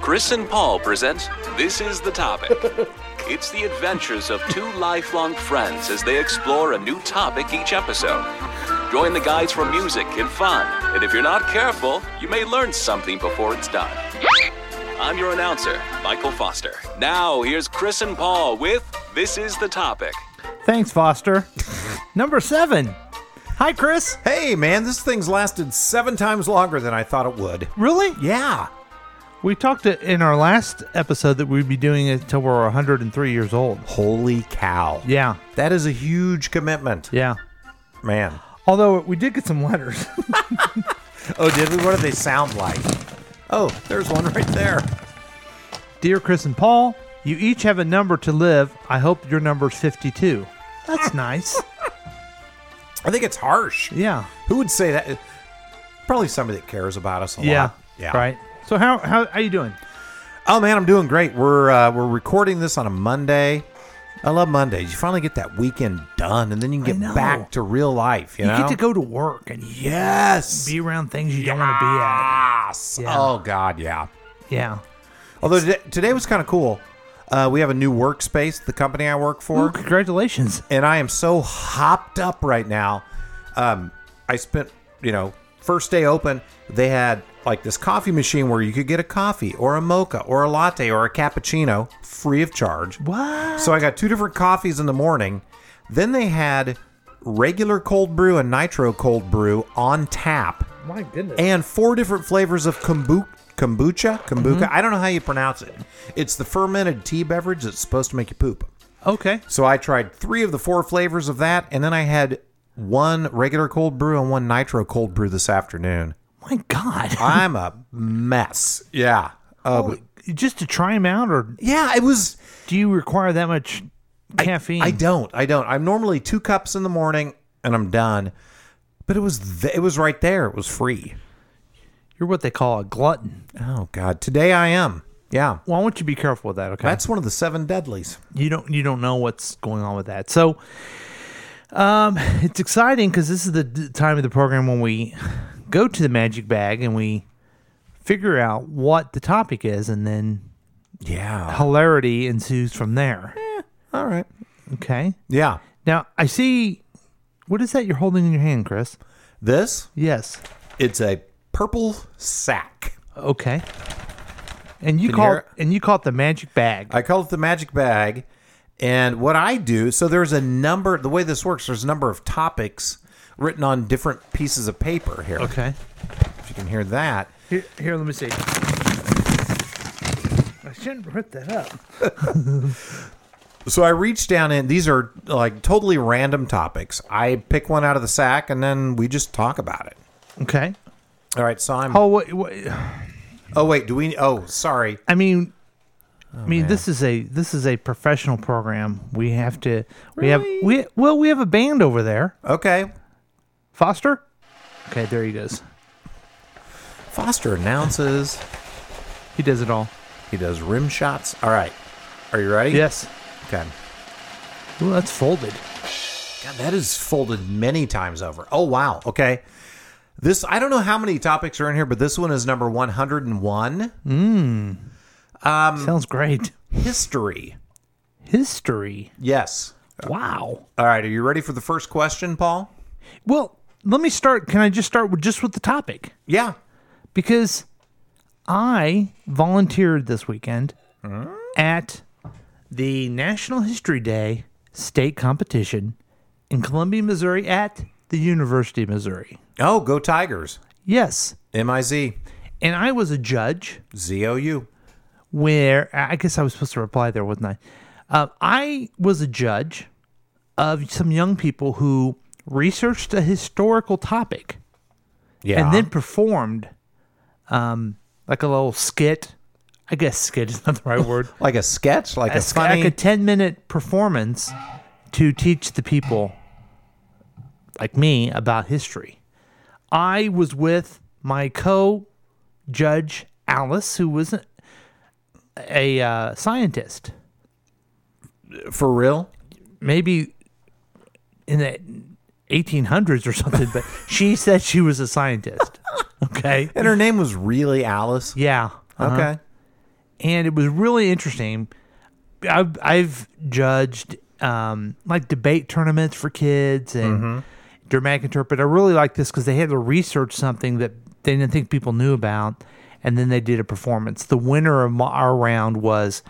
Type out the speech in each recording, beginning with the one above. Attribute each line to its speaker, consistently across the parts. Speaker 1: Chris and Paul present This is the Topic. It's the adventures of two lifelong friends as they explore a new topic each episode. Join the guys for music and fun, and if you're not careful, you may learn something before it's done. I'm your announcer, Michael Foster. Now, here's Chris and Paul with This is the Topic.
Speaker 2: Thanks, Foster. Number seven. Hi, Chris.
Speaker 3: Hey, man, this thing's lasted seven times longer than I thought it would.
Speaker 2: Really?
Speaker 3: Yeah.
Speaker 2: We talked in our last episode that we'd be doing it until we're 103 years old.
Speaker 3: Holy cow.
Speaker 2: Yeah,
Speaker 3: That is a huge commitment,
Speaker 2: yeah.
Speaker 3: man.
Speaker 2: Although we did get some letters.
Speaker 3: Oh, did we? What do they sound like? Oh, there's one right there.
Speaker 2: Dear Chris and Paul, you each have a number to live. I hope your number's 52. That's nice.
Speaker 3: I think it's harsh.
Speaker 2: Yeah.
Speaker 3: Who would say that? Probably somebody that cares about us a
Speaker 2: Yeah.
Speaker 3: lot. Yeah.
Speaker 2: Right. So how how are you doing?
Speaker 3: Oh man, I'm doing great. We're uh, we're recording this on a Monday. I love Mondays. You finally get that weekend done, and then you can
Speaker 2: know.
Speaker 3: get back to real life. You,
Speaker 2: You
Speaker 3: know?
Speaker 2: get to go to work and you
Speaker 3: Yes.
Speaker 2: be around things you don't want to be at.
Speaker 3: Yes.
Speaker 2: Yeah.
Speaker 3: Oh God, yeah.
Speaker 2: Yeah.
Speaker 3: Although today, today was kind of cool. Uh, we have a new workspace, the company I work for,
Speaker 2: Ooh, congratulations.
Speaker 3: and I am so hopped up right now. Um, I spent, you know, first day open, they had like this coffee machine where you could get a coffee or a mocha or a latte or a cappuccino free of charge.
Speaker 2: What?
Speaker 3: So I got two different coffees in the morning. Then they had regular cold brew and nitro cold brew on tap
Speaker 2: My goodness.
Speaker 3: and four different flavors of kombu- kombucha. Kombucha. I don't know how you pronounce it. It's the fermented tea beverage that's supposed to make you poop.
Speaker 2: okay.
Speaker 3: So I tried three of the four flavors of that, and then I had one regular cold brew and one nitro cold brew this afternoon.
Speaker 2: My God.
Speaker 3: I'm a mess. Yeah. Uh, but-
Speaker 2: Just to try them out, or
Speaker 3: yeah, it was.
Speaker 2: do you require that much caffeine?
Speaker 3: I don't. I don't. I'm normally two cups in the morning and I'm done. But it was th- it was right there. It was free.
Speaker 2: You're what they call a glutton.
Speaker 3: Oh God. Today I am. Yeah.
Speaker 2: Well, I want you to be careful with that. Okay.
Speaker 3: That's one of the seven deadlies.
Speaker 2: you don't you don't know what's going on with that. So, um, it's exciting because this is the d- time of the program when we go to the magic bag and we figure out what the topic is, and then
Speaker 3: Yeah.
Speaker 2: hilarity ensues from there.
Speaker 3: All right.
Speaker 2: Okay.
Speaker 3: Yeah.
Speaker 2: Now I see. What is that you're holding in your hand, Chris?
Speaker 3: This,
Speaker 2: Yes.
Speaker 3: it's a purple sack.
Speaker 2: Okay. And you
Speaker 3: Can you
Speaker 2: call
Speaker 3: hear
Speaker 2: it, and you call it the magic bag.
Speaker 3: I call it the magic bag. And what I do, so there's a number, the way this works, there's a number of topics written on different pieces of paper here.
Speaker 2: okay.
Speaker 3: If you can hear that.
Speaker 2: Here, here, let me see. I shouldn't rip that up.
Speaker 3: So I reach down and these are like totally random topics. I pick one out of the sack and then we just talk about it.
Speaker 2: Okay.
Speaker 3: All right, so I'm.
Speaker 2: Oh, wait, wait.
Speaker 3: Oh wait, do we? Oh, sorry.
Speaker 2: I mean, I mean, this is a this is a professional program. We have to. We have we well, we have a band over there.
Speaker 3: Okay,
Speaker 2: Foster. Okay, there he goes.
Speaker 3: Foster announces.
Speaker 2: He does it all.
Speaker 3: He does rim shots. All right, are you ready?
Speaker 2: Yes.
Speaker 3: Okay.
Speaker 2: Ooh, that's folded.
Speaker 3: God, that is folded many times over. Oh wow. Okay. This I don't know how many topics are in here, but this one is number one hundred and one.
Speaker 2: Sounds great.
Speaker 3: History.
Speaker 2: History.
Speaker 3: Yes.
Speaker 2: Wow.
Speaker 3: All right. Are you ready for the first question, Paul?
Speaker 2: Well, let me start. Can I just start with just with the topic?
Speaker 3: Yeah.
Speaker 2: because I volunteered this weekend at the National History Day state competition in Columbia, Missouri at the University of Missouri.
Speaker 3: Oh, go Tigers.
Speaker 2: Yes.
Speaker 3: M I Z
Speaker 2: And I was a judge
Speaker 3: Z O U.
Speaker 2: where I guess I was supposed to reply there, wasn't I? Uh, I was a judge of some young people who researched a historical topic
Speaker 3: Yeah.
Speaker 2: and then performed um, like a little skit. I guess skit is not the right word.
Speaker 3: like a sketch, like a,
Speaker 2: a,
Speaker 3: funny.
Speaker 2: like a 10 minute performance to teach the people like me about history. I was with my co judge Alice, who was a, a uh, scientist,
Speaker 3: for real?
Speaker 2: maybe in the 1800s or something, but she said she was a scientist. Okay.
Speaker 3: And her name was really Alice.
Speaker 2: Yeah. Uh-huh.
Speaker 3: Okay.
Speaker 2: and it was really interesting. I've, I've judged um, like debate tournaments for kids and dramatic interpret. I really like this because they had to research something that they didn't think people knew about, and then they did a performance. The winner of my, our round was.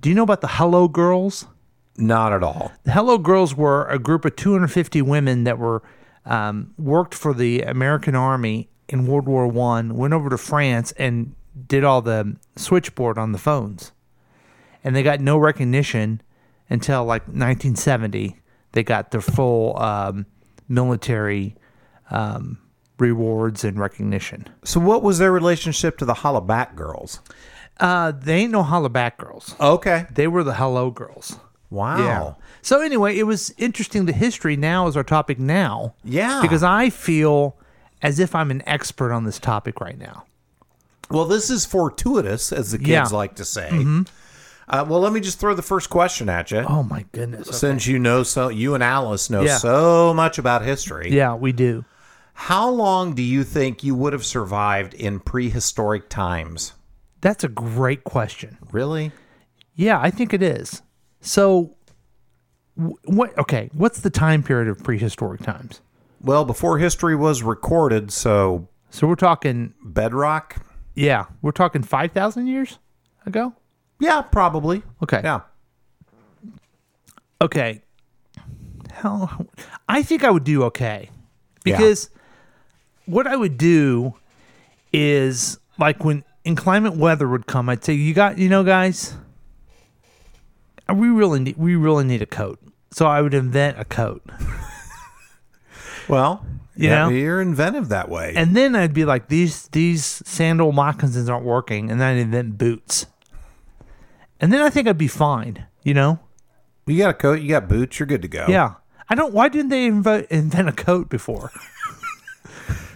Speaker 2: Do you know about the Hello Girls?
Speaker 3: Not at all.
Speaker 2: The Hello Girls were a group of 250 women that were um, worked for the American Army in World War One. Went over to France and did all the switchboard on the phones, and they got no recognition until like 1970. They got their full um, military um, rewards and recognition.
Speaker 3: So, what was their relationship to the Holla Back Girls?
Speaker 2: Uh, they ain't no holla back girls.
Speaker 3: Okay.
Speaker 2: They were the Hello Girls.
Speaker 3: Wow.
Speaker 2: So anyway, it was interesting. The history now is our topic now.
Speaker 3: Yeah.
Speaker 2: Because I feel as if I'm an expert on this topic right now.
Speaker 3: Well, this is fortuitous, as the kids
Speaker 2: Yeah. Mm-hmm.
Speaker 3: like to say. Uh, well, let me just throw the first question at you,
Speaker 2: Oh my goodness.
Speaker 3: since you know so you and Alice know
Speaker 2: Yeah.
Speaker 3: so much about history.
Speaker 2: Yeah, we do.
Speaker 3: How long do you think you would have survived in prehistoric times?
Speaker 2: That's a great question.
Speaker 3: Really?
Speaker 2: Yeah, I think it is. So wh- what okay, what's the time period of prehistoric times?
Speaker 3: Well, before history was recorded, so
Speaker 2: So we're talking
Speaker 3: bedrock.
Speaker 2: yeah, we're talking 5,000 years ago?
Speaker 3: Yeah, probably.
Speaker 2: Okay.
Speaker 3: Yeah.
Speaker 2: okay how i think i would do okay because what i would do is like when inclement weather would come i'd say you got you know guys we really need we really need a coat so i would invent a coat
Speaker 3: Well,
Speaker 2: You
Speaker 3: yeah,
Speaker 2: know?
Speaker 3: you're inventive that way.
Speaker 2: and then i'd be like these these sandal moccasins aren't working and then i'd invent boots and then i think i'd be fine you know
Speaker 3: you got a coat, you got boots, you're good to go.
Speaker 2: yeah i don't why didn't they invo- invent a coat before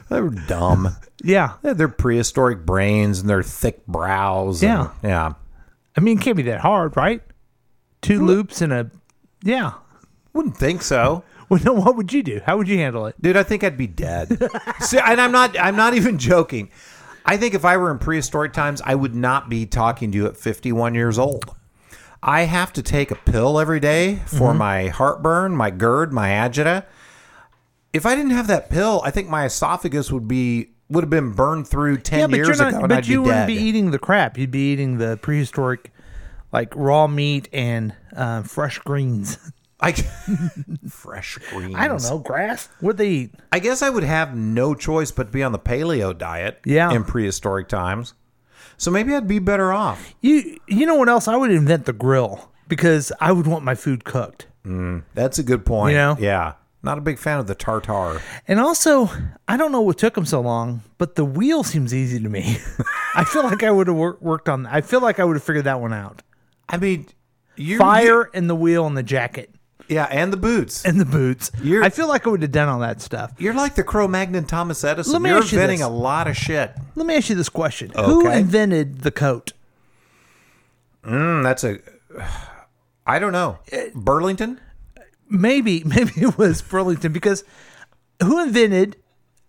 Speaker 3: They were dumb.
Speaker 2: yeah
Speaker 3: They had their prehistoric brains and their thick brows. and-
Speaker 2: Yeah.
Speaker 3: yeah.
Speaker 2: I mean, it can't be that hard, right? Two loops and a yeah.
Speaker 3: Wouldn't think so.
Speaker 2: Well, no, what would you do? How would you handle it?
Speaker 3: Dude, I think I'd be dead. See, and I'm not I'm not even joking. I think if I were in prehistoric times, I would not be talking to you at 51 years old. I have to take a pill every day for
Speaker 2: Mm-hmm.
Speaker 3: my heartburn, my GERD, my agita. If I didn't have that pill, I think my esophagus would be would have been burned through 10
Speaker 2: yeah, but
Speaker 3: years
Speaker 2: you're not.
Speaker 3: ago and
Speaker 2: but
Speaker 3: I'd
Speaker 2: you
Speaker 3: be dead.
Speaker 2: wouldn't be e- eating the crap. You'd be eating the prehistoric, like raw meat and uh, fresh greens.
Speaker 3: I, fresh greens.
Speaker 2: I don't know grass. What they eat?
Speaker 3: I guess I would have no choice but to be on the paleo diet
Speaker 2: Yeah.
Speaker 3: in prehistoric times. So maybe I'd be better off.
Speaker 2: You you know what else? I would invent the grill because I would want my food cooked.
Speaker 3: That's a good point.
Speaker 2: You know?
Speaker 3: Yeah. Not a big fan of the tartar.
Speaker 2: And also, I don't know what took them so long, but the wheel seems easy to me. I feel like I would have wor- worked on. I feel like I would have figured that one out.
Speaker 3: I mean, you're,
Speaker 2: Fire and the wheel and the jacket.
Speaker 3: yeah, and the boots.
Speaker 2: and the boots.
Speaker 3: You're-
Speaker 2: I feel like I would have done all that stuff.
Speaker 3: You're like the Cro-Magnon Thomas Edison.
Speaker 2: Let me
Speaker 3: you're
Speaker 2: ask you this.
Speaker 3: inventing a lot of shit.
Speaker 2: Let me ask you this question: Who
Speaker 3: Okay.
Speaker 2: invented the coat?
Speaker 3: Mm, that's a. I don't know.
Speaker 2: Uh,
Speaker 3: Burlington.
Speaker 2: Maybe, maybe it was Burlington because who invented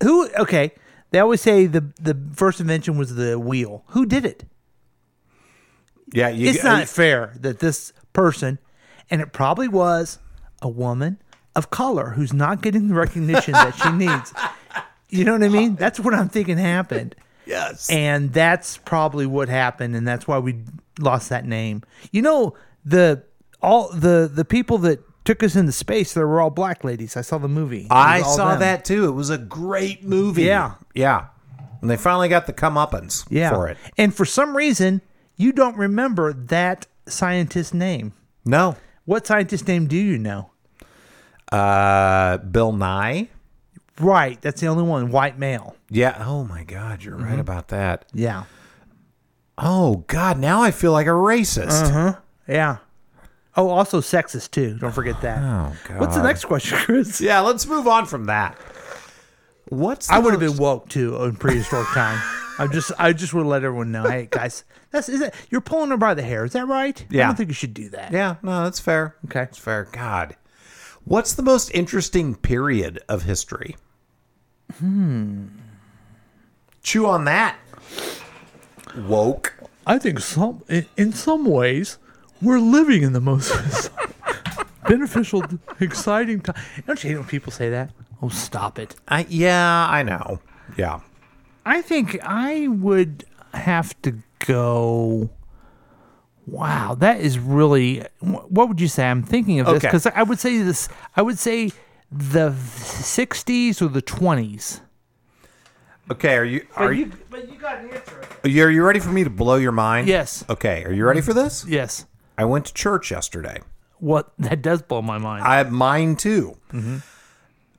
Speaker 2: who? Okay, they always say the the first invention was the wheel. Who did it?
Speaker 3: Yeah, you, uh,
Speaker 2: It's not fair that this person, and it probably was a woman of color who's not getting the recognition that she needs. You know what I mean? That's what I'm thinking happened.
Speaker 3: Yes.
Speaker 2: and that's probably what happened and that's why we lost that name you know the all the the people that took us into space they were all black ladies i saw the movie It was
Speaker 3: I
Speaker 2: all
Speaker 3: saw
Speaker 2: them.
Speaker 3: that too. It was a great movie.
Speaker 2: Yeah.
Speaker 3: Yeah. And they finally got the comeuppance
Speaker 2: yeah
Speaker 3: for it.
Speaker 2: and for some reason you don't remember that scientist's name
Speaker 3: No.
Speaker 2: what scientist's name do you know
Speaker 3: Uh, Bill Nye.
Speaker 2: right that's the only one white male
Speaker 3: Yeah. Oh my God, you're right about that.
Speaker 2: yeah
Speaker 3: Oh God, now I feel like a racist.
Speaker 2: yeah oh also sexist too don't forget that
Speaker 3: Oh God.
Speaker 2: what's the next question chris
Speaker 3: Yeah, let's move on from that. What's the
Speaker 2: I would have
Speaker 3: most-
Speaker 2: been woke too in prehistoric time. I just I just would let everyone know, hey guys, that's is that you're pulling her by the hair. Is that right? I
Speaker 3: Yeah.
Speaker 2: don't think you should do that.
Speaker 3: Yeah, no, that's fair.
Speaker 2: Okay.
Speaker 3: that's fair. God, what's the most interesting period of history? Hmm. Chew on that. Woke.
Speaker 4: I think some in, in some ways we're living in the most beneficial, exciting time. Don't you hate when people say that? Oh, stop it!
Speaker 3: I, yeah, I know. Yeah.
Speaker 2: I think I would have to go. Wow, that is really. wh- What would you say? I'm thinking of this
Speaker 3: Okay.
Speaker 2: because I would say this. I would say the 60s or the 20s.
Speaker 3: Okay, are you are you
Speaker 2: But you got an answer.
Speaker 3: you are you ready for me to blow your mind?
Speaker 2: Yes.
Speaker 3: Okay, are you ready for this?
Speaker 2: Yes.
Speaker 3: I went to church yesterday.
Speaker 2: What that does blow my mind.
Speaker 3: I mine too.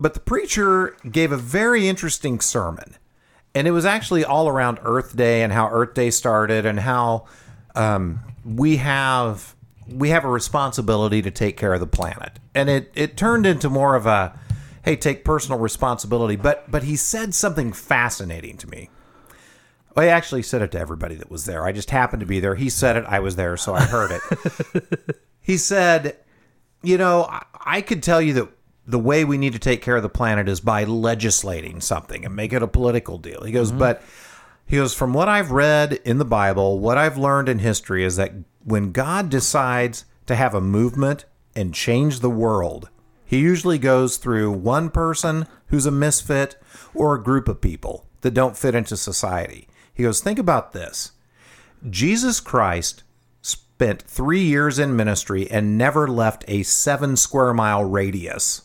Speaker 3: But the preacher gave a very interesting sermon, and it was actually all around Earth Day and how Earth Day started and how um, we have we have a responsibility to take care of the planet. And it it turned into more of a hey, take personal responsibility. But but he said something fascinating to me. Well, he actually said it to everybody that was there. I just happened to be there. He said it. I was there, so I heard it. he said you know, I- I could tell you that the way we need to take care of the planet is by legislating something and make it a political deal. He goes, but he goes, from what I've read in the Bible, what I've learned in history is that when God decides to have a movement and change the world, he usually goes through one person who's a misfit or a group of people that don't fit into society. He goes, think about this. Jesus Christ spent three years in ministry and never left a seven square mile radius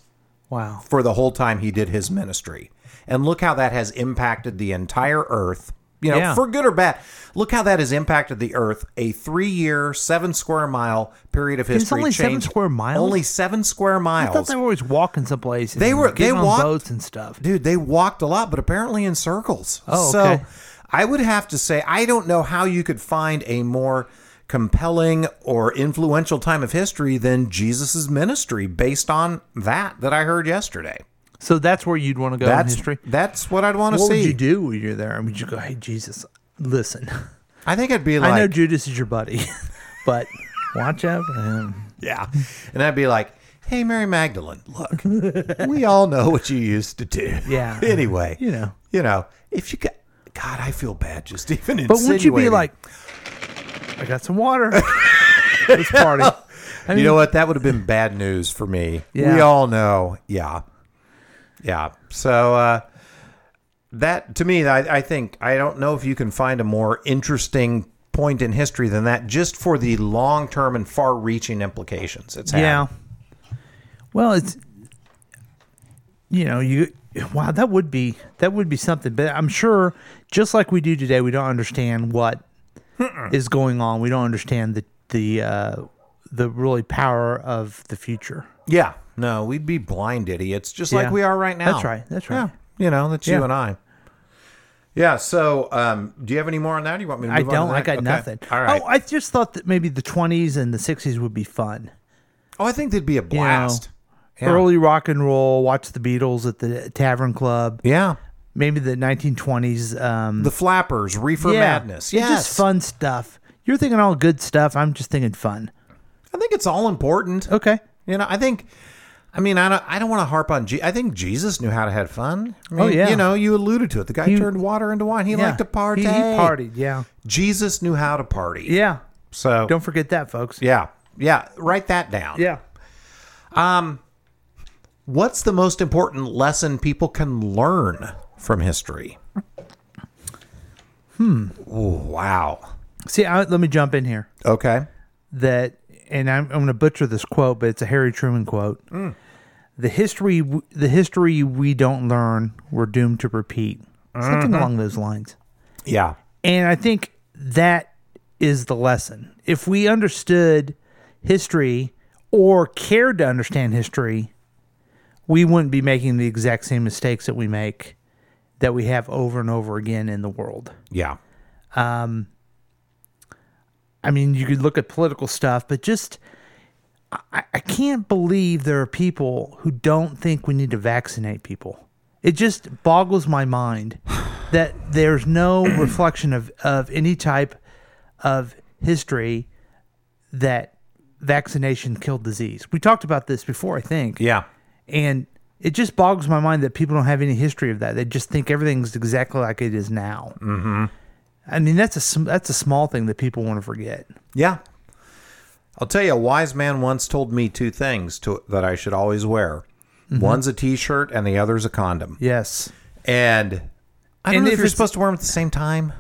Speaker 2: wow.
Speaker 3: for the whole time he did his ministry. And look how that has impacted the entire earth, you know,
Speaker 2: Yeah.
Speaker 3: for good or bad. Look how that has impacted the earth. A three year, seven square mile period of history.
Speaker 2: only seven
Speaker 3: changed-
Speaker 2: square miles?
Speaker 3: Only seven square
Speaker 2: I thought
Speaker 3: miles.
Speaker 2: they were always walking someplace. and
Speaker 3: They were-
Speaker 2: getting
Speaker 3: they
Speaker 2: on
Speaker 3: walked-
Speaker 2: boats and stuff.
Speaker 3: Dude, they walked a lot, but apparently in circles.
Speaker 2: Oh,
Speaker 3: so
Speaker 2: okay.
Speaker 3: I would have to say, I don't know how you could find a more compelling or influential time of history than Jesus' ministry based on that that I heard yesterday.
Speaker 2: So that's where you'd want to go
Speaker 3: That's
Speaker 2: in history.
Speaker 3: that's what I'd want to
Speaker 4: What would
Speaker 3: see.
Speaker 4: you do when you're there? I mean, you go, "Hey, Jesus, listen,
Speaker 3: I think I'd be like,
Speaker 4: I know Judas is your buddy, but watch out for him."
Speaker 3: yeah, and I'd be like, hey, Mary Magdalene, look, we all know what you used to do.
Speaker 2: Yeah.
Speaker 3: anyway,
Speaker 4: You know.
Speaker 3: you know, if you got. God, I feel bad just even
Speaker 2: But wouldn't you be
Speaker 3: insinuating.
Speaker 2: like, I got some water. Let's party. I
Speaker 3: you know what? That would have been bad news for me. We
Speaker 2: Yeah.
Speaker 3: all know. Yeah. Yeah. So uh, that to me, I, I think I don't know if you can find a more interesting point in history than that, just for the long term and far reaching implications it's had.
Speaker 2: Yeah. Well, it's you know you wow that would be that would be something, but I'm sure just like we do today, we don't understand what is going on. We don't understand the the uh, the really power of the future.
Speaker 3: Yeah. No, we'd be blind idiots, just like
Speaker 2: Yeah.
Speaker 3: we are right now.
Speaker 2: That's right. That's right.
Speaker 3: Yeah. You know, that's you
Speaker 2: Yeah.
Speaker 3: and I. Yeah. So, um, do you have any more on that? Do you want me to? Move
Speaker 2: I
Speaker 3: on to
Speaker 2: don't. I
Speaker 3: that?
Speaker 2: got
Speaker 3: Okay.
Speaker 2: nothing.
Speaker 3: All right.
Speaker 2: Oh,
Speaker 3: Oh I,
Speaker 2: I just thought that maybe the 20s and the 60s would be fun.
Speaker 3: Oh, think that'd be a blast. Yeah.
Speaker 2: Early rock and roll. Watch the Beatles at the Tavern Club.
Speaker 3: Yeah.
Speaker 2: Maybe the 1920s. Um,
Speaker 3: The Flappers, Reefer Madness.
Speaker 2: It's
Speaker 3: Yes.
Speaker 2: Just fun stuff. You're thinking all good stuff. I'm just thinking fun.
Speaker 3: I think it's all important.
Speaker 2: Okay.
Speaker 3: You know, I think I mean, I don't I don't want to harp on Je- I think Jesus knew how to have fun. I mean,
Speaker 2: Oh, yeah.
Speaker 3: You know, you alluded to it. The guy
Speaker 2: He-
Speaker 3: turned water into wine. He
Speaker 2: yeah.
Speaker 3: liked to party.
Speaker 2: He, he partied. Yeah.
Speaker 3: Jesus knew how to party.
Speaker 2: Yeah.
Speaker 3: So
Speaker 2: Don't forget that, folks.
Speaker 3: Yeah. Yeah. Write that down.
Speaker 2: Yeah.
Speaker 3: What's the most important lesson people can learn from history? Hmm.
Speaker 2: Hmm.
Speaker 3: wow.
Speaker 2: See, I, let me jump in here.
Speaker 3: Okay.
Speaker 2: That, and I'm, I'm going to butcher this quote, but it's a Harry Truman quote. The history, w- the history we don't learn, we're doomed to repeat. Something along those lines.
Speaker 3: Yeah.
Speaker 2: And I think that is the lesson. If we understood history or cared to understand history, we wouldn't be making the exact same mistakes that we make that we have over and over again in the world.
Speaker 3: Yeah.
Speaker 2: I mean, you could look at political stuff, but just I, I can't believe there are people who don't think we need to vaccinate people. It just boggles my mind that there's no reflection of, of any type of history that vaccination killed disease. We talked about this before, I think.
Speaker 3: Yeah.
Speaker 2: And it just boggles my mind that people don't have any history of that. They just think everything's exactly like it is now. Mm-hmm. I mean, that's a sm- that's a small thing that people want to forget.
Speaker 3: Yeah. I'll tell you, a wise man once told me two things to, that I should always wear.
Speaker 2: Mm-hmm.
Speaker 3: One's a t-shirt and the other's a condom.
Speaker 2: Yes.
Speaker 3: And I don't
Speaker 2: And
Speaker 3: know
Speaker 2: if
Speaker 3: if you're
Speaker 2: it's-
Speaker 3: supposed to wear them at the same time.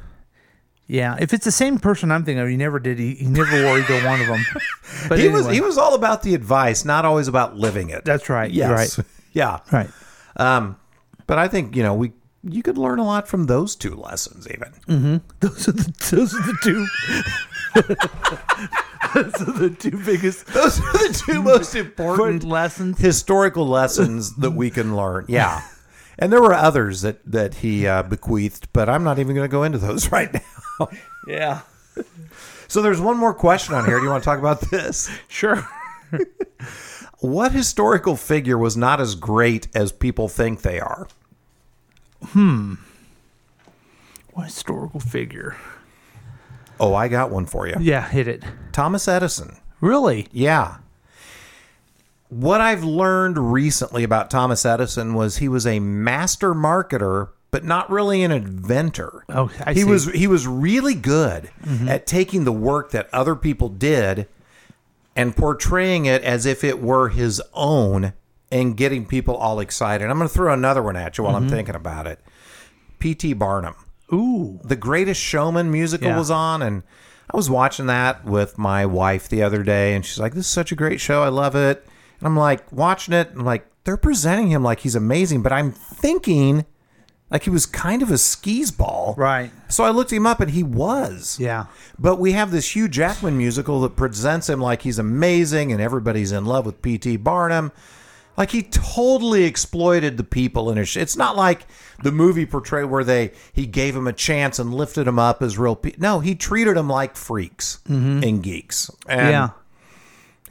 Speaker 2: Yeah. If it's the same person I'm thinking of, he never did. He, he never wore either one of them. But
Speaker 3: He was
Speaker 2: anyway.
Speaker 3: he was all about the advice, not always about living it.
Speaker 2: That's right. You're
Speaker 3: Yes.
Speaker 2: Right.
Speaker 3: Yeah.
Speaker 2: Right.
Speaker 3: But I think, you know, we you could learn a lot from those two lessons even.
Speaker 2: Mm. Those are the those are the two. those are the two biggest
Speaker 3: Those are the
Speaker 2: Mm.
Speaker 3: two most important
Speaker 2: lessons.
Speaker 3: historical lessons that we can learn. Yeah. And there were others that that he uh, bequeathed, but I'm not even going to go into those right now.
Speaker 2: Yeah.
Speaker 3: So there's one more question on here. Do you want to talk about this?
Speaker 2: Sure.
Speaker 3: What historical figure was not as great as people think they are?
Speaker 2: What historical figure?
Speaker 3: Oh, I got one for you.
Speaker 2: Yeah, hit it.
Speaker 3: Thomas Edison.
Speaker 2: Really?
Speaker 3: Yeah. What I've learned recently about Thomas Edison was he was a master marketer, but not really an inventor.
Speaker 2: Oh, I
Speaker 3: he
Speaker 2: see. Mm-hmm.
Speaker 3: was he was really good at taking the work that other people did and portraying it as if it were his own and getting people all excited. I'm going to throw another one at you while
Speaker 2: Mm-hmm.
Speaker 3: I'm thinking about it. P.T. Barnum.
Speaker 2: Ooh.
Speaker 3: The Greatest Showman musical
Speaker 2: Yeah.
Speaker 3: was on, and I was watching that with my wife the other day, and she's like, "This is such a great show. I love it." And I'm like watching it, and like they're presenting him like he's amazing, but I'm thinking like he was kind of a skis ball,
Speaker 2: Right.
Speaker 3: So I looked him up, and he was.
Speaker 2: Yeah.
Speaker 3: But we have this Hugh Jackman musical that presents him like he's amazing, and everybody's in love with P.T. Barnum. Like he totally exploited the people in his. Sh- it's not like the movie portrayed where they he gave him a chance and lifted him up as real. Pe- no, he treated them like freaks and geeks. And
Speaker 2: Mm-hmm. yeah.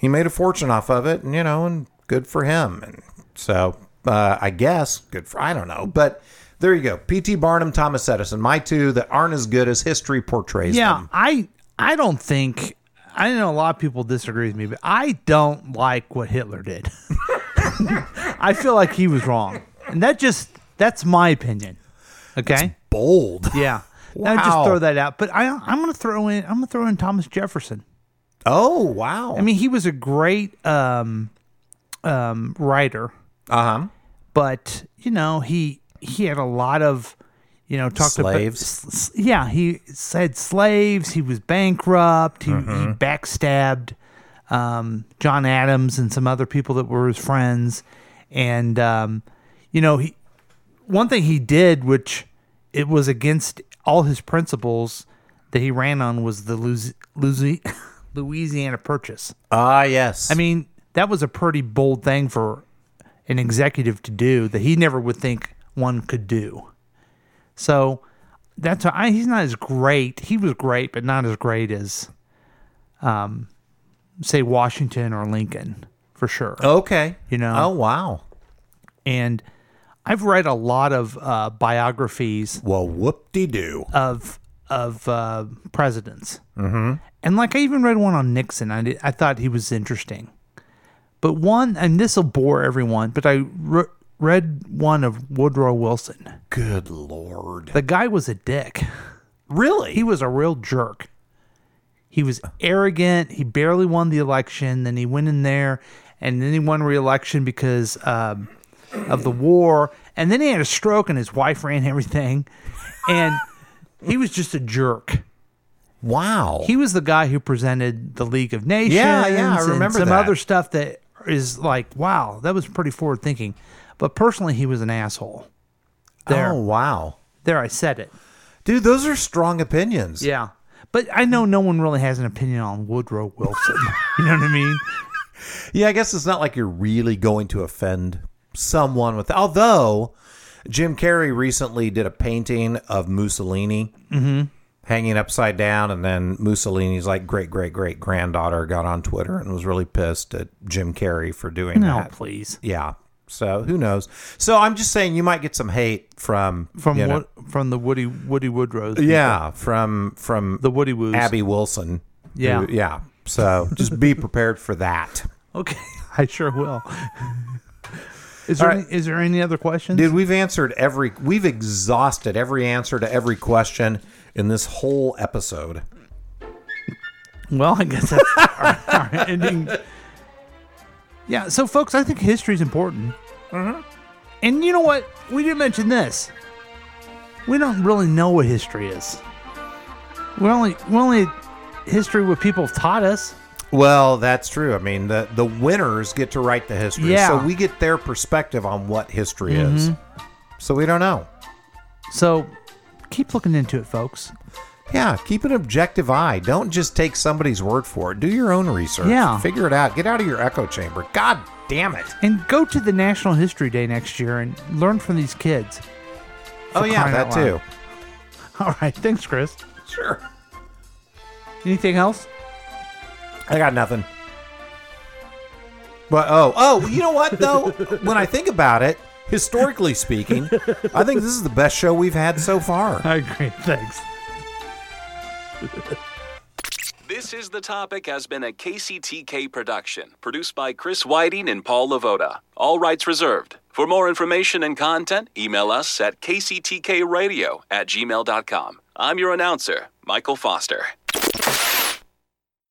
Speaker 3: he made a fortune off of it, and you know, and good for him. And so uh, I guess good for I don't know, but there you go. P.T. Barnum, Thomas Edison, my two that aren't as good as history portrays
Speaker 2: Yeah.
Speaker 3: them.
Speaker 2: I I don't think I know a lot of people disagree with me, but I don't like what Hitler did. I feel like he was wrong. And that just that's my opinion. Okay?
Speaker 3: Bold.
Speaker 2: Yeah. Now just
Speaker 3: Wow.
Speaker 2: throw that out. But I I'm gonna throw in I'm gonna throw in Thomas Jefferson.
Speaker 3: Oh wow!
Speaker 2: I mean, he was a great um, um, writer,
Speaker 3: uh huh.
Speaker 2: but you know, he he had a lot of you know talked
Speaker 3: Slaves.
Speaker 2: About, s- s- yeah, he said slaves. He was bankrupt. He, he backstabbed um, John Adams and some other people that were his friends, and um, you know, he one thing he did, which it was against all his principles that he ran on, was the Louis- Louis- Louisiana Purchase.
Speaker 3: Ah yes.
Speaker 2: I mean, that was a pretty bold thing for an executive to do that he never would think one could do. So that's why I, he's not as great. He was great, but not as great as, um, say Washington or Lincoln for sure.
Speaker 3: okay.
Speaker 2: You know.
Speaker 3: Oh wow.
Speaker 2: And I've read a lot of uh, biographies
Speaker 3: Well, whoop de doo.
Speaker 2: of of uh, presidents, mm-hmm. and like I even read one on Nixon. I did, I thought he was interesting, but one and this will bore everyone. But I re- read one of Woodrow Wilson.
Speaker 3: Good lord.
Speaker 2: The guy was a dick.
Speaker 3: Really?
Speaker 2: He was a real jerk. He was arrogant. He barely won the election. Then he went in there, and then he won re-election because um, of the war. And then he had a stroke, and his wife ran everything. And he was just a jerk.
Speaker 3: wow.
Speaker 2: He was the guy who presented the League of Nations.
Speaker 3: Yeah, yeah, I
Speaker 2: and
Speaker 3: remember
Speaker 2: some
Speaker 3: that.
Speaker 2: other stuff that is like, wow, that was pretty forward thinking. But personally, he was an asshole. There,
Speaker 3: Oh wow.
Speaker 2: there, I said it.
Speaker 3: Dude, those are strong opinions.
Speaker 2: Yeah. But I know no one really has an opinion on Woodrow Wilson. you know what I mean?
Speaker 3: Yeah, I guess it's not like you're really going to offend someone with. Although, Jim Carrey recently did a painting of Mussolini
Speaker 2: Mm-hmm.
Speaker 3: hanging upside down, and then Mussolini's like great great great granddaughter got on Twitter and was really pissed at Jim Carrey for doing
Speaker 2: No,
Speaker 3: that.
Speaker 2: please.
Speaker 3: Yeah. So who knows? So I'm just saying you might get some hate from
Speaker 2: From
Speaker 3: you know-
Speaker 2: what? From the Woody Woody Woodrow.
Speaker 3: yeah from from
Speaker 2: The Woody Woos.
Speaker 3: Abby Wilson.
Speaker 2: Yeah.
Speaker 3: Who- yeah. So just be prepared for that.
Speaker 2: Okay. I sure will. Is there
Speaker 3: right.
Speaker 2: any, is there any other questions?
Speaker 3: Dude, we've answered every, we've exhausted every answer to every question, in this whole episode.
Speaker 2: Well, I guess that's our, our ending. Yeah, so folks, I think history is important.
Speaker 3: Mm-hmm.
Speaker 2: And you know what? We didn't mention this. We don't really know what history is. We only we only history what people have taught us.
Speaker 3: Well, that's true. I mean, the the winners get to write the history,
Speaker 2: Yeah.
Speaker 3: so we get their perspective on what history is. So we don't know.
Speaker 2: So keep looking into it, folks.
Speaker 3: Yeah, keep an objective eye. Don't just take somebody's word for it. Do your own research.
Speaker 2: Yeah.
Speaker 3: Figure it out. Get out of your echo chamber. God damn it.
Speaker 2: And go to the National History Day next year and learn from these kids.
Speaker 3: oh, yeah,
Speaker 2: crying
Speaker 3: that
Speaker 2: out loud.
Speaker 3: too.
Speaker 2: All right, thanks, Chris.
Speaker 3: Sure.
Speaker 2: Anything else?
Speaker 3: I got nothing. But oh, oh, you know what though? when I think about it, historically speaking, I think this is the best show we've had so far.
Speaker 2: I agree. Thanks.
Speaker 1: This is the topic has been a KCTK production, produced by Chris Whiting and Paul Lavoda. All rights reserved. For more information and content, email us at kctkradio at gmail.com. I'm your announcer, Michael Foster.